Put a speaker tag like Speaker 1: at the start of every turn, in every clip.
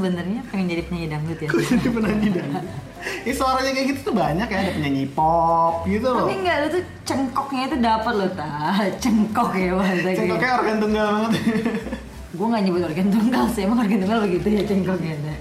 Speaker 1: pengen jadi penyanyi dangdut ya
Speaker 2: Kok jadi penyanyi dangdut? Ya suaranya kayak gitu tuh banyak ya, ada penyanyi pop gitu loh.
Speaker 1: tapi enggak lu tuh cengkoknya itu dapat lo ta cengkok ya bahasa
Speaker 2: Cengkoknya organ tunggal banget.
Speaker 1: gue nggak nyebut organ tunggal sih emang organ tunggal begitu ya cengkoknya Ta?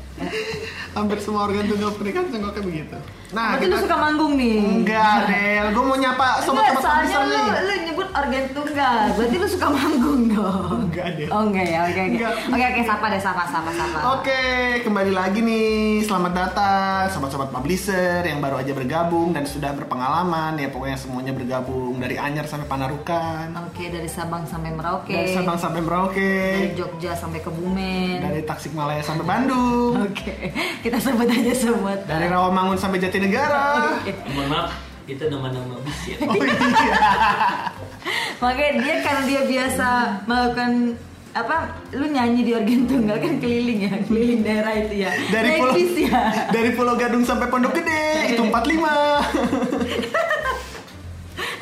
Speaker 2: Hampir semua organ tunggal pernikahan cengkoknya begitu. Nah,
Speaker 1: berarti lu suka manggung nih
Speaker 2: Enggak, Del. Gue mau nyapa
Speaker 1: Enggak,
Speaker 2: sobat-sobat
Speaker 1: soalnya
Speaker 2: komisar
Speaker 1: lu,
Speaker 2: nih.
Speaker 1: lu nyebut organ tunggal, berarti lu suka manggung dong.
Speaker 2: Enggak, Del.
Speaker 1: Oh enggak ya, oke oke.
Speaker 2: Enggak. Oh.
Speaker 1: Oke oke, sapa deh, sapa, sapa, sapa.
Speaker 2: Oke, kembali lagi nih. Selamat datang sobat-sobat publisher yang baru aja bergabung dan sudah berpengalaman ya pokoknya semuanya bergabung dari Anyar sampai Panarukan,
Speaker 1: Oke, dari Sabang sampai Merauke.
Speaker 2: dari Sabang sampai
Speaker 1: Dari
Speaker 2: Merauke,
Speaker 1: Jogja sampai Kebumen.
Speaker 2: dari Tasikmalaya sampai Bandung,
Speaker 1: Oke, kita sebut aja semua.
Speaker 2: dari Rawamangun sampai Jatinegara.
Speaker 3: Mohon maaf, itu nama-nama bis ya.
Speaker 2: Oh iya.
Speaker 1: Makanya dia karena dia biasa melakukan apa lu nyanyi di organ tunggal kan keliling ya keliling daerah itu ya
Speaker 2: Dari
Speaker 1: Naik
Speaker 2: Pulau
Speaker 1: bis ya
Speaker 2: Dari Pulau Gadung sampai iya. Pondok Gede itu 45.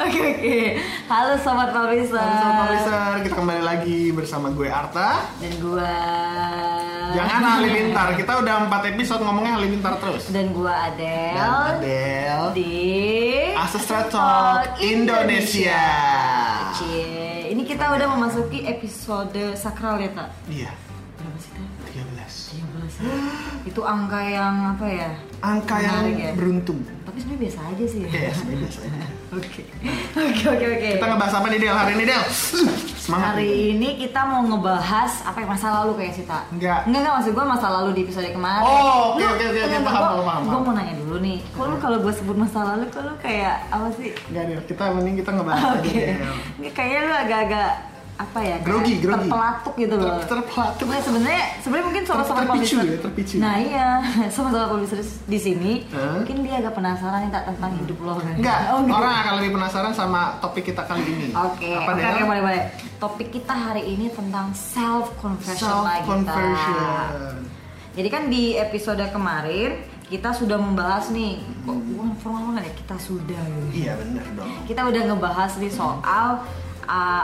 Speaker 1: oke oke halo sobat publisher
Speaker 2: Halo sobat publisher, kita kembali lagi bersama gue Arta.
Speaker 1: dan gua
Speaker 2: Jangan halilintar, kita udah 4 episode ngomongnya halilintar terus.
Speaker 1: dan gua Adele,
Speaker 2: Dan Adele
Speaker 1: di
Speaker 2: Asestra Talk Indonesia.
Speaker 1: Cie, ini kita udah memasuki episode sakral ya tak?
Speaker 2: Iya,
Speaker 1: Berapa sih tak?
Speaker 2: 13.
Speaker 1: 13 ya? Itu angka yang apa ya?
Speaker 2: Angka yang
Speaker 1: Menarik ya.
Speaker 2: beruntung.
Speaker 1: Tapi sebenarnya biasa aja sih ya.
Speaker 2: Iya, sebenarnya biasa aja.
Speaker 1: Oke, oke, oke, oke.
Speaker 2: Kita ngebahas apa nih Del hari ini Del? Semangat. gitu.
Speaker 1: Hari ini kita mau ngebahas apa yang masa lalu kayak sih tak?
Speaker 2: Enggak.
Speaker 1: Enggak enggak maksud gue masa lalu di episode kemarin.
Speaker 2: Oh, oke, oke, oke, oke, paham, paham, paham.
Speaker 1: Gue mau nanya dulu nih, kok lu kalau gue sebut masa lalu, kok lu kayak apa sih?
Speaker 2: Enggak Del, kita mending kita ngebahas
Speaker 1: Ah, Oke.
Speaker 2: aja Del.
Speaker 1: Nggak, Kayaknya lu agak-agak apa ya? kayak
Speaker 2: Grogi, grogi.
Speaker 1: Terpelatuk gitu loh.
Speaker 2: Ter- terpelatuk.
Speaker 1: Nah, sebenarnya sebenarnya mungkin sama-sama
Speaker 2: Ter- terpicu ya, terpicu.
Speaker 1: Nah, iya. Sama-sama publisher di sini,
Speaker 2: Hah? Hmm.
Speaker 1: mungkin dia agak penasaran nih tak tentang hidup lo kan.
Speaker 2: Enggak,
Speaker 1: Oh, enggak.
Speaker 2: orang akan lebih penasaran sama topik kita kali ini.
Speaker 1: Oke,
Speaker 2: Apa
Speaker 1: oke,
Speaker 2: Del?
Speaker 1: oke, boleh, boleh. Topik kita hari ini tentang self confession lagi. Ta.
Speaker 2: Self-conversion.
Speaker 1: Jadi kan di episode kemarin kita sudah membahas nih, kok bukan formal banget ya kita sudah gitu.
Speaker 2: Iya bener dong.
Speaker 1: kita udah ngebahas nih soal uh,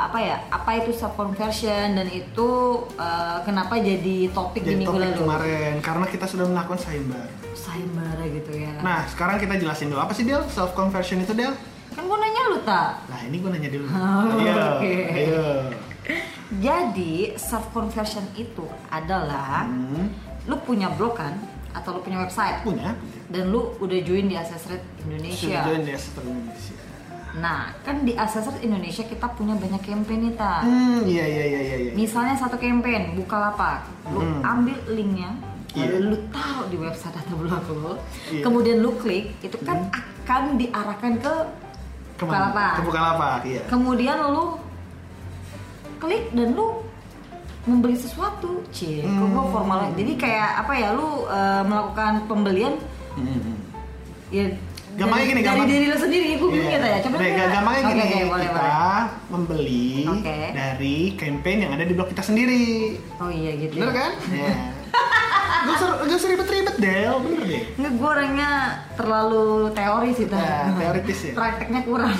Speaker 1: apa ya apa itu self conversion dan itu uh, kenapa jadi topik
Speaker 2: Jadi
Speaker 1: di minggu
Speaker 2: topik
Speaker 1: lalu
Speaker 2: kemarin karena kita sudah melakukan sayembar.
Speaker 1: sayembara gitu ya
Speaker 2: Nah, sekarang kita jelasin dulu apa sih Del self conversion itu Del?
Speaker 1: kan gue nanya lu tak
Speaker 2: Nah, ini gue nanya dulu.
Speaker 1: Oh,
Speaker 2: Iya.
Speaker 1: oke.
Speaker 2: Iya.
Speaker 1: jadi self conversion itu adalah
Speaker 2: Hmm,
Speaker 1: lu punya blog kan atau lu punya website
Speaker 2: punya.
Speaker 1: dan lu udah join di Access Rate
Speaker 2: Sudah
Speaker 1: Indonesia
Speaker 2: join di Asetra Indonesia.
Speaker 1: nah kan di Access Rate Indonesia kita punya banyak campaign nih tak
Speaker 2: Hmm, iya iya iya iya. iya.
Speaker 1: Misalnya satu campaign Bukalapak, lu
Speaker 2: Hmm.
Speaker 1: ambil linknya, lalu
Speaker 2: Iya.
Speaker 1: lu taruh di website atau blog lu,
Speaker 2: Iya. Hmm.
Speaker 1: kemudian lu klik, itu kan akan diarahkan ke
Speaker 2: Kemana?
Speaker 1: Bukalapak.
Speaker 2: Ke Bukalapak, iya.
Speaker 1: Kemudian lu klik dan lu membeli sesuatu, cie, kok gua
Speaker 2: Hmm.
Speaker 1: formal. Jadi kayak apa ya, lu eh, melakukan pembelian
Speaker 2: Hmm, hmm.
Speaker 1: ya
Speaker 2: Gampangnya
Speaker 1: dari,
Speaker 2: gini,
Speaker 1: dari
Speaker 2: gampang.
Speaker 1: diri lu sendiri, gue bingung
Speaker 2: Iya.
Speaker 1: ya tanya. Coba
Speaker 2: Nah,
Speaker 1: deh.
Speaker 2: gampangnya
Speaker 1: Oke,
Speaker 2: gini,
Speaker 1: oke, boleh,
Speaker 2: kita
Speaker 1: boleh.
Speaker 2: membeli
Speaker 1: Oke.
Speaker 2: dari campaign yang ada di blog kita sendiri.
Speaker 1: Oh iya gitu.
Speaker 2: Bener kan? Iya. Gak usah, gak usah ribet-ribet, Del. Bener deh.
Speaker 1: Nggak, gue orangnya terlalu teori sih, Tan.
Speaker 2: Nah, teoritis ya?
Speaker 1: Prakteknya kurang.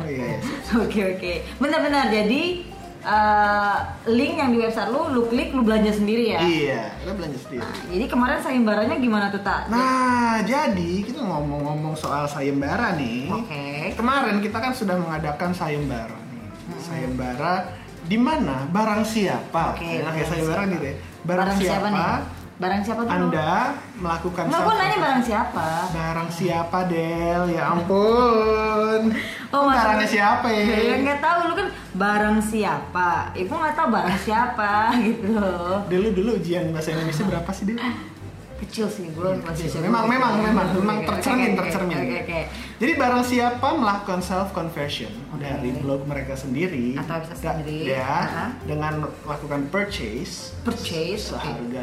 Speaker 2: Oh iya. iya.
Speaker 1: Oke, oke. Benar-benar, jadi eh, link yang di website lu, lu klik, lu belanja sendiri ya?
Speaker 2: Iya, lo belanja sendiri.
Speaker 1: Jadi kemarin sayembaranya gimana tuh, Tak?
Speaker 2: Nah, jadi kita ngomong-ngomong soal sayembara nih.
Speaker 1: Oke.
Speaker 2: Kemarin kita kan sudah mengadakan sayembara nih.
Speaker 1: Hmm.
Speaker 2: Sayembara di mana barang siapa?
Speaker 1: Oke,
Speaker 2: Nah,
Speaker 1: barang
Speaker 2: kayak sayembara
Speaker 1: siapa.
Speaker 2: gitu ya. Barang, siapa,
Speaker 1: nih? Barang siapa tuh?
Speaker 2: Anda melakukan
Speaker 1: Enggak, gue
Speaker 2: self-
Speaker 1: nanya barang siapa?
Speaker 2: Barang siapa Del? Ya ampun. Lu
Speaker 1: maksud-
Speaker 2: barangnya siapa? eh?
Speaker 1: Ya, Oh, nggak tahu lu kan barang siapa. Ya, gue nggak tahu barang siapa gitu loh.
Speaker 2: Dulu dulu ujian bahasa Indonesia berapa sih Del?
Speaker 1: Kecil sih gue
Speaker 2: Iya,
Speaker 1: masih
Speaker 2: Kecil. Memang, memang, memang, memang
Speaker 1: Oke, oke,
Speaker 2: tercermin,
Speaker 1: oke,
Speaker 2: tercermin.
Speaker 1: Oke, oke.
Speaker 2: Jadi barang siapa melakukan self conversion
Speaker 1: Oke.
Speaker 2: dari blog mereka sendiri
Speaker 1: Hmm. Atau website
Speaker 2: da-
Speaker 1: sendiri.
Speaker 2: ya,
Speaker 1: Aha.
Speaker 2: dengan melakukan purchase
Speaker 1: Purchase, oke.
Speaker 2: seharga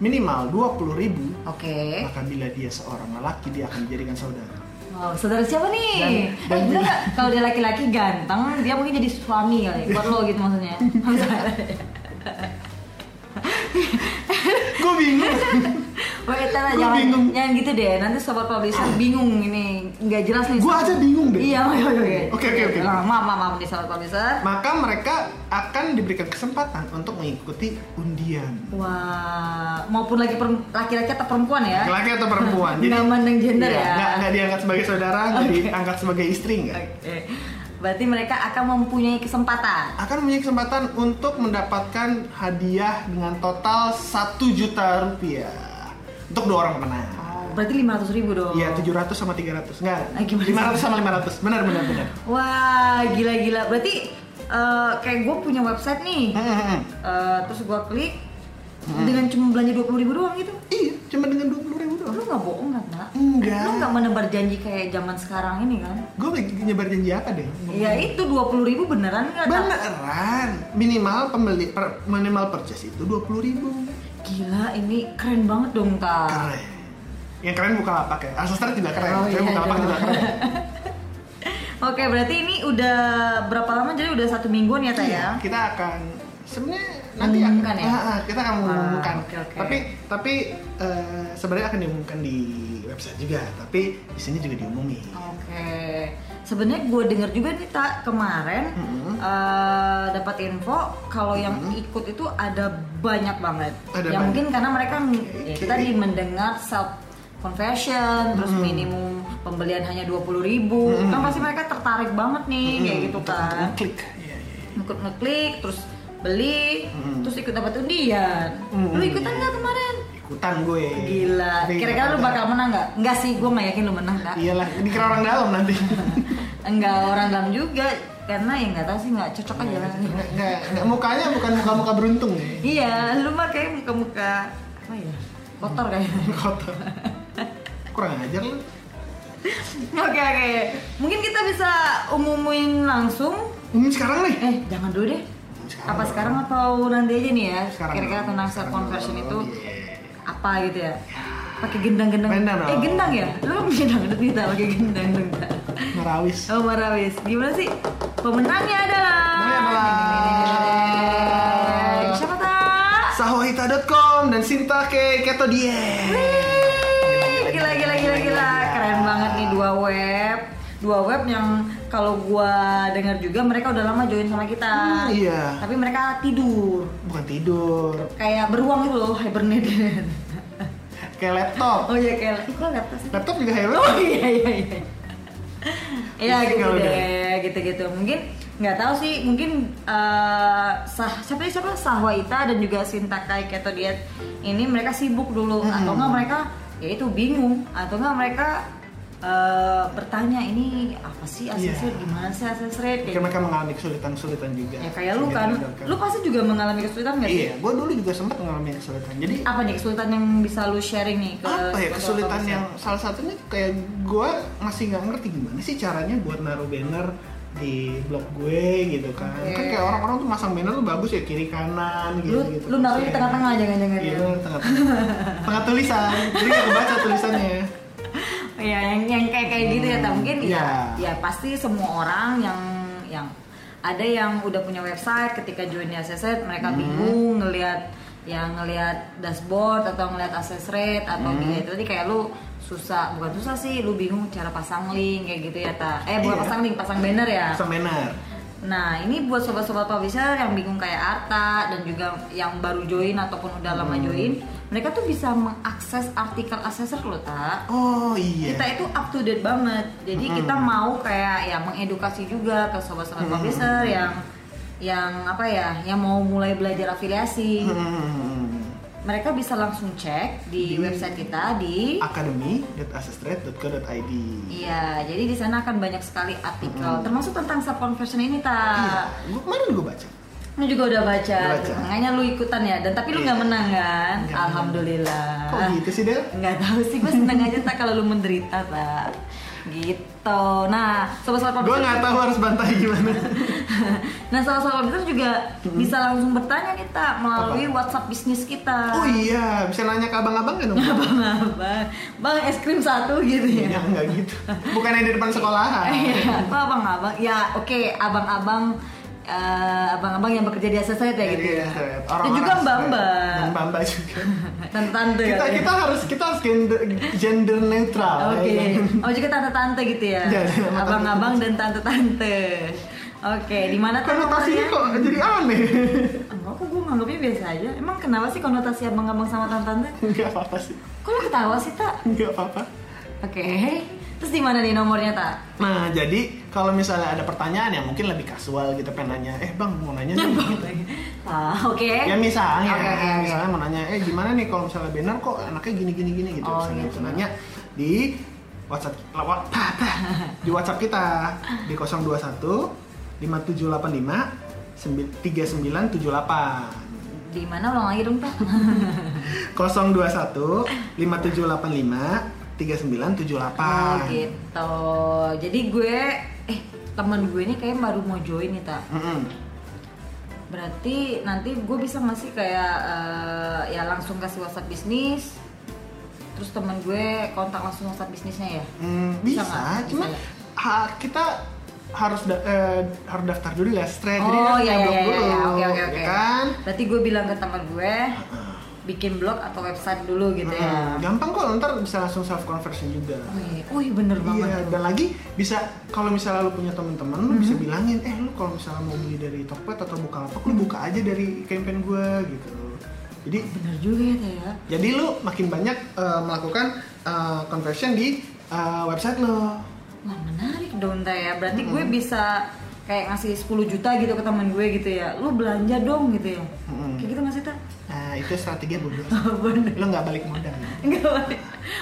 Speaker 2: minimal 20.000 ribu
Speaker 1: Oke.
Speaker 2: maka bila dia seorang lelaki dia akan dijadikan saudara.
Speaker 1: Wow, saudara siapa nih?
Speaker 2: Dan- dan
Speaker 1: eh, bener
Speaker 2: juga-
Speaker 1: nggak? kalau dia laki-laki ganteng, dia mungkin jadi suami kali, buat lo gitu maksudnya. Misalnya.
Speaker 2: Gue bingung.
Speaker 1: Wah, Etana
Speaker 2: Gua
Speaker 1: jangan,
Speaker 2: bingung.
Speaker 1: jangan gitu deh. Nanti sobat publisher bingung ini, nggak jelas nih.
Speaker 2: Gua aja bingung deh.
Speaker 1: Iya, iya, iya.
Speaker 2: Oke, oke, oke.
Speaker 1: Nah, Maaf, maaf, maaf nih sobat publisher.
Speaker 2: Maka mereka akan diberikan kesempatan untuk mengikuti undian.
Speaker 1: Wah, maupun lagi perem- laki-laki atau perempuan ya.
Speaker 2: Laki atau perempuan.
Speaker 1: Nggak mandang gender
Speaker 2: Iya,
Speaker 1: ya.
Speaker 2: Nggak, nggak diangkat sebagai saudara, nggak diangkat sebagai istri nggak.
Speaker 1: Oke. Berarti mereka akan mempunyai kesempatan.
Speaker 2: Akan punya kesempatan untuk mendapatkan hadiah dengan total 1 juta rupiah untuk dua orang pemenang.
Speaker 1: Berarti 500 ribu dong.
Speaker 2: Iya, 700 sama 300. Enggak.
Speaker 1: Oh. Ah, gimana sih?
Speaker 2: 500 sama 500. Benar benar benar.
Speaker 1: Wah, gila-gila. Berarti eh, kayak gue punya website nih.
Speaker 2: Hmm, hmm, hmm.
Speaker 1: Eh, terus gue klik dengan cuma belanja 20 ribu doang gitu.
Speaker 2: Iya, cuma dengan 20 ribu doang.
Speaker 1: Lu nggak bohong kan, nak?
Speaker 2: Enggak.
Speaker 1: Lu nggak menebar janji kayak zaman sekarang ini kan?
Speaker 2: Gue nyebar janji apa deh?
Speaker 1: Ya itu 20 ribu beneran nggak? Nak?
Speaker 2: Beneran. Minimal pembeli per- minimal purchase itu 20 ribu.
Speaker 1: Gila, ini keren banget dong, Ta.
Speaker 2: Keren. Yang keren bukan apa kayak. Asustar tidak keren.
Speaker 1: Oh,
Speaker 2: Saya
Speaker 1: iya
Speaker 2: bukan apa
Speaker 1: dong.
Speaker 2: tidak keren.
Speaker 1: Oke, berarti ini udah berapa lama? Jadi udah satu mingguan ya, Ta
Speaker 2: Iya,
Speaker 1: ya?
Speaker 2: Kita akan sebenarnya nanti akan
Speaker 1: Mengumumkan ya?
Speaker 2: Ah, ah, kita akan mengumumkan.
Speaker 1: oke, oke.
Speaker 2: Tapi tapi eh, sebenarnya akan diumumkan di website juga, tapi di sini juga diumumin.
Speaker 1: Oke. Sebenarnya gue denger juga nih tak kemarin
Speaker 2: Mm-mm.
Speaker 1: eh, dapat info kalau yang ikut itu ada banyak banget.
Speaker 2: Ada
Speaker 1: yang
Speaker 2: banyak.
Speaker 1: mungkin karena mereka
Speaker 2: Oke.
Speaker 1: ya, kita di mendengar self confession terus minimum pembelian hanya 20.000 ribu kan pasti mereka tertarik banget nih kayak gitu
Speaker 2: Untuk- untuk
Speaker 1: kan
Speaker 2: ngeklik. Iya, iya.
Speaker 1: ikut ngeklik terus beli
Speaker 2: Mm.
Speaker 1: terus ikut dapat undian
Speaker 2: Mm.
Speaker 1: lu ikutan nggak kemarin
Speaker 2: Ikutan gue.
Speaker 1: gila
Speaker 2: Tapi
Speaker 1: kira-kira lu
Speaker 2: ada.
Speaker 1: bakal menang nggak nggak sih gue nggak yakin lu menang nggak
Speaker 2: Iyalah, dikira orang dalam nanti.
Speaker 1: Enggak orang dalam juga karena ya nggak tahu sih nggak cocok aja lah.
Speaker 2: Nggak, nggak, nggak, mukanya bukan muka-muka beruntung ya.
Speaker 1: Iya, lu mah kayak muka-muka apa ya? Kotor kayaknya.
Speaker 2: Kotor. Kurang ajar lu.
Speaker 1: Oke oke. Mungkin kita bisa umumin langsung.
Speaker 2: Ini sekarang nih.
Speaker 1: Eh, jangan dulu deh.
Speaker 2: Sekarang
Speaker 1: Apa
Speaker 2: dong.
Speaker 1: sekarang atau nanti aja nih ya?
Speaker 2: Sekarang.
Speaker 1: Kira-kira
Speaker 2: dong.
Speaker 1: tentang self
Speaker 2: Sekarang
Speaker 1: conversion
Speaker 2: dong.
Speaker 1: itu
Speaker 2: Iya.
Speaker 1: apa gitu ya? Pakai gendang-gendang.
Speaker 2: Gendang
Speaker 1: Eh,
Speaker 2: dong.
Speaker 1: gendang ya? Lu gendang kita pakai gendang gendang.
Speaker 2: Merawis.
Speaker 1: Oh, Marawis. Gimana sih? Pemenangnya adalah
Speaker 2: Pemenangnya adalah-
Speaker 1: Siapa tak?
Speaker 2: Sahohita.com dan Sinta ke Keto Diet.
Speaker 1: Wih, gila gila gila gila keren banget nih dua web dua web yang kalau gua dengar juga mereka udah lama join sama kita
Speaker 2: Hmm, iya.
Speaker 1: tapi mereka tidur
Speaker 2: Bukan tidur,
Speaker 1: kayak beruang gitu loh hibernate
Speaker 2: kayak laptop.
Speaker 1: oh iya kayak ih, gua laptop sih
Speaker 2: Laptop juga kayak
Speaker 1: oh
Speaker 2: laptop.
Speaker 1: iya iya iya Iya
Speaker 2: Pusing
Speaker 1: gitu
Speaker 2: kalau udah.
Speaker 1: deh, gitu-gitu. Mungkin nggak tahu sih, mungkin eh, sah siapa siapa Sahwaita dan juga Sintakai Keto Diet ini mereka sibuk dulu atau nggak mereka ya itu bingung atau nggak mereka eh, bertanya ini apa sih access
Speaker 2: Iya.
Speaker 1: rate gimana sih access rate
Speaker 2: Mungkin
Speaker 1: kayak, gitu.
Speaker 2: mereka mengalami kesulitan-kesulitan juga.
Speaker 1: ya kayak lu kan, lu pasti juga mengalami kesulitan nggak sih?
Speaker 2: Iya, gue dulu juga sempat mengalami kesulitan. Jadi
Speaker 1: Apa nih kesulitan yang bisa lu sharing nih ke
Speaker 2: apa ya
Speaker 1: ke- ke-
Speaker 2: kesulitan
Speaker 1: ke-
Speaker 2: yang salah satunya kayak gue masih nggak ngerti gimana sih caranya buat naruh banner di blog gue gitu kan
Speaker 1: Oke.
Speaker 2: kan kayak orang-orang tuh masang banner tuh bagus ya kiri kanan gitu
Speaker 1: lu
Speaker 2: gitu
Speaker 1: lu naruh di
Speaker 2: Terus
Speaker 1: tengah-tengah jangan-jangan
Speaker 2: ya, iya
Speaker 1: ya?
Speaker 2: lu tengah tengah tulisan jadi nggak kebaca tulisannya
Speaker 1: Iya, yang yang kayak kayak gitu ya, tak mungkin ya, ya
Speaker 2: Iya.
Speaker 1: pasti semua orang yang yang ada yang udah punya website ketika join di ACC mereka
Speaker 2: Hmm.
Speaker 1: bingung ngelihat yang ngelihat dashboard atau ngelihat access rate atau
Speaker 2: Hmm.
Speaker 1: gitu tadi kayak lu susah bukan susah sih lu bingung cara pasang link kayak gitu ya ta eh bukan
Speaker 2: Iya.
Speaker 1: pasang link pasang banner ya
Speaker 2: pasang banner
Speaker 1: Nah, ini buat sobat-sobat publisher yang bingung kayak Arta dan juga yang baru join ataupun udah lama
Speaker 2: Hmm.
Speaker 1: join, mereka tuh bisa mengakses artikel assessor lo, Ta.
Speaker 2: oh iya
Speaker 1: Kita itu up to date banget. Jadi kita mau kayak ya mengedukasi juga ke sobat-sobat publisher yang yang apa ya, yang mau mulai belajar afiliasi.
Speaker 2: Hmm.
Speaker 1: Mereka bisa langsung cek
Speaker 2: Di-
Speaker 1: di website kita di
Speaker 2: academy.assistrate.co.id
Speaker 1: Iya, jadi di sana akan banyak sekali artikel termasuk tentang sub conversion ini, Ta.
Speaker 2: gue Iya. kemarin gue baca
Speaker 1: Lu juga udah baca,
Speaker 2: Udah baca. Iya.
Speaker 1: makanya lu ikutan ya. Dan tapi lu nggak menang kan?
Speaker 2: Nggak
Speaker 1: Alhamdulillah.
Speaker 2: kok gitu sih Del?
Speaker 1: Nggak tahu sih, gue seneng aja tak kalau lu menderita tak. Gitu. Nah,
Speaker 2: gue
Speaker 1: sobat-sobat publisher-
Speaker 2: nggak tahu harus bantai gimana
Speaker 1: nah, sobat-sobat publisher juga
Speaker 2: Hmm.
Speaker 1: bisa langsung bertanya nih tak melalui WhatsApp bisnis kita.
Speaker 2: oh iya bisa nanya ke abang-abang kan dong
Speaker 1: Bang, abang, bang es krim satu gitu ya.
Speaker 2: Ya enggak gitu. Bukan yang di depan sekolahan.
Speaker 1: Iya, itu abang-abang. Ya, oke, abang-abang eh, abang-abang yang bekerja di Asesret ya gitu ya. Dan
Speaker 2: Iya, Orang-orang
Speaker 1: juga Mbak
Speaker 2: Asesret.
Speaker 1: Mbak.
Speaker 2: Dan Mbak juga.
Speaker 1: Tante-tante
Speaker 2: kita
Speaker 1: katanya.
Speaker 2: kita harus kita harus gender, gender netral. ya
Speaker 1: Oke.
Speaker 2: kan?
Speaker 1: Oh juga tante-tante gitu ya.
Speaker 2: Iya, iya, sama
Speaker 1: Abang-abang dan tante-tante. Oke, di mana tuh
Speaker 2: Konotasinya kok
Speaker 1: letaknya?
Speaker 2: jadi aneh.
Speaker 1: Enggak kok gue nganggapnya biasa aja. Emang kenapa sih konotasi abang-abang sama tante-tante?
Speaker 2: Enggak apa-apa sih.
Speaker 1: Kok lu ketawa sih, Tak?
Speaker 2: Enggak apa-apa.
Speaker 1: Oke. Terus di mana nih nomornya, Tak?
Speaker 2: Nah, jadi kalau misalnya ada pertanyaan yang mungkin lebih kasual gitu pengen nanya, eh bang mau nanya nih.
Speaker 1: Ah, oke.
Speaker 2: ya misalnya,
Speaker 1: Nah, Oke, oke, oke.
Speaker 2: misalnya mau nanya, eh gimana nih kalau misalnya benar kok anaknya gini gini gini gitu,
Speaker 1: Oh,
Speaker 2: misalnya
Speaker 1: gitu.
Speaker 2: bisa nanya di WhatsApp, lewat di WhatsApp kita di 021 5785 sembi- 3978
Speaker 1: Di mana ulang lagi dong, Tak?
Speaker 2: 021 5785 3978
Speaker 1: Oh gitu. Jadi gue eh temen gue ini kayak baru mau join nih, Tak.
Speaker 2: Mm-mm.
Speaker 1: Berarti nanti gue bisa ngasih kayak eh, ya langsung kasih WhatsApp bisnis. Terus temen gue kontak langsung WhatsApp bisnisnya ya.
Speaker 2: Hmm,
Speaker 1: Bisa
Speaker 2: bisa,
Speaker 1: nggak? Bisa
Speaker 2: cuma
Speaker 1: ya?
Speaker 2: ha- kita harus da- eh, harus daftar dulu ya straight jadi
Speaker 1: Oh
Speaker 2: harus
Speaker 1: iya iya
Speaker 2: nyablok
Speaker 1: iya
Speaker 2: dulu,
Speaker 1: iya. Oke oke
Speaker 2: ya
Speaker 1: oke.
Speaker 2: kan
Speaker 1: Berarti gue bilang ke temen gue bikin blog atau website dulu gitu
Speaker 2: Hmm,
Speaker 1: ya.
Speaker 2: gampang kok ntar bisa langsung self conversion juga
Speaker 1: Wih, wih bener banget.
Speaker 2: Iya, dan lagi bisa kalau misalnya lu punya teman-teman, lu
Speaker 1: Mhm.
Speaker 2: bisa bilangin, eh lu kalau misalnya mau beli dari Tokped atau Bukalapak,
Speaker 1: Mhm.
Speaker 2: lu buka aja dari campaign gue gitu. Jadi
Speaker 1: Bener juga ya, Teh, ya.
Speaker 2: jadi lu makin banyak eh, melakukan eh, conversion di eh, website lo.
Speaker 1: Wah menarik dong Teh ya. Berarti gue bisa kayak ngasih 10 juta gitu ke temen gue gitu ya. Lu belanja dong gitu ya.
Speaker 2: Mm-mm.
Speaker 1: Kayak gitu nggak sih Teh?
Speaker 2: Mhm. Nah, itu strategi bodoh.
Speaker 1: Bener.
Speaker 2: lu nggak balik modal.
Speaker 1: Nggak boleh.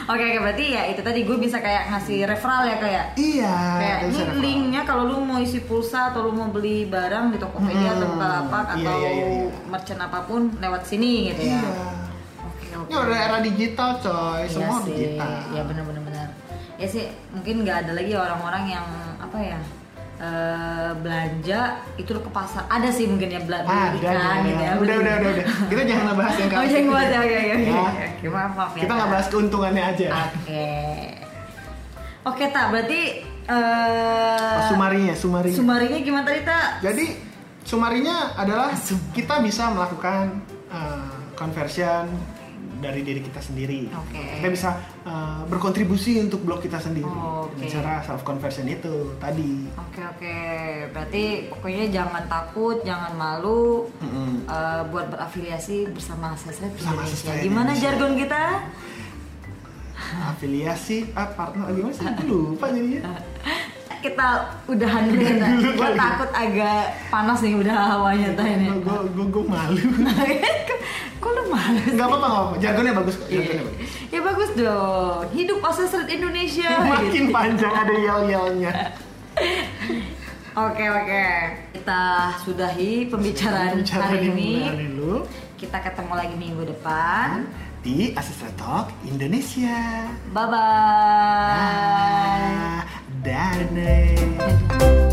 Speaker 1: Oke, oke berarti ya itu tadi gue bisa kayak ngasih referral ya kayak
Speaker 2: Iya.
Speaker 1: kayak
Speaker 2: itu
Speaker 1: ini
Speaker 2: bisa referral.
Speaker 1: linknya kalau lu mau isi pulsa atau lu mau beli barang di Tokopedia atau
Speaker 2: Hmm,
Speaker 1: Bukalapak
Speaker 2: iya,
Speaker 1: atau
Speaker 2: iya, iya, iya.
Speaker 1: merchant apapun lewat sini gitu
Speaker 2: Iya.
Speaker 1: ya. Oke, oke.
Speaker 2: Ini udah era digital coy,
Speaker 1: Iya
Speaker 2: semua
Speaker 1: sih.
Speaker 2: digital.
Speaker 1: Ya benar-benar benar. Ya sih, mungkin nggak ada lagi orang-orang yang apa ya eh, belanja itu ke pasar. Ada sih mungkin ya belanja
Speaker 2: Ah, udah,
Speaker 1: ikan
Speaker 2: udah,
Speaker 1: gitu ya.
Speaker 2: udah, udah, udah, udah. Kita jangan ngebahas yang
Speaker 1: Oh,
Speaker 2: kasus
Speaker 1: jangan
Speaker 2: itu.
Speaker 1: bahas ya, oke, oke, oke.
Speaker 2: Ya.
Speaker 1: Oke, maaf, maaf ya,
Speaker 2: Kita nggak
Speaker 1: Kak.
Speaker 2: bahas ya. keuntungannya aja.
Speaker 1: Oke. Oke, tak berarti eh
Speaker 2: Oh, sumarinya, sumarinya.
Speaker 1: sumarinya gimana tadi, Tak?
Speaker 2: Jadi sumarinya adalah kita bisa melakukan eh, conversion dari diri kita sendiri.
Speaker 1: Oke.
Speaker 2: Kita bisa eh, berkontribusi untuk blog kita sendiri
Speaker 1: Oh, oke.
Speaker 2: dengan cara self conversion itu tadi.
Speaker 1: Oke, oke. Berarti pokoknya jangan takut, jangan malu
Speaker 2: Mm-mm.
Speaker 1: eh, buat berafiliasi bersama Sesret
Speaker 2: Bersama
Speaker 1: Indonesia.
Speaker 2: Sesret
Speaker 1: Gimana
Speaker 2: Indonesia.
Speaker 1: jargon kita?
Speaker 2: Afiliasi, ah, partner, gimana sih? Aku Lupa jadinya.
Speaker 1: Kita udahan dulu ya,
Speaker 2: dulu
Speaker 1: Gue
Speaker 2: kali.
Speaker 1: takut agak panas nih udah hawanya tuh ini.
Speaker 2: Gue gue gue malu.
Speaker 1: ya, Kok lu malu?
Speaker 2: Gak apa-apa, gak apa-apa. Jargonnya bagus kok. Jargonnya bagus.
Speaker 1: Ya bagus dong. Hidup Sesret Indonesia.
Speaker 2: Makin
Speaker 1: gitu.
Speaker 2: panjang ada yel-yelnya.
Speaker 1: Oke, oke. Kita sudahi pembicaraan
Speaker 2: Bicara di
Speaker 1: hari ini.
Speaker 2: hari lu
Speaker 1: Kita ketemu lagi minggu depan.
Speaker 2: di Asisten Talk Indonesia.
Speaker 1: Bye-bye.
Speaker 2: Ah, Dadah.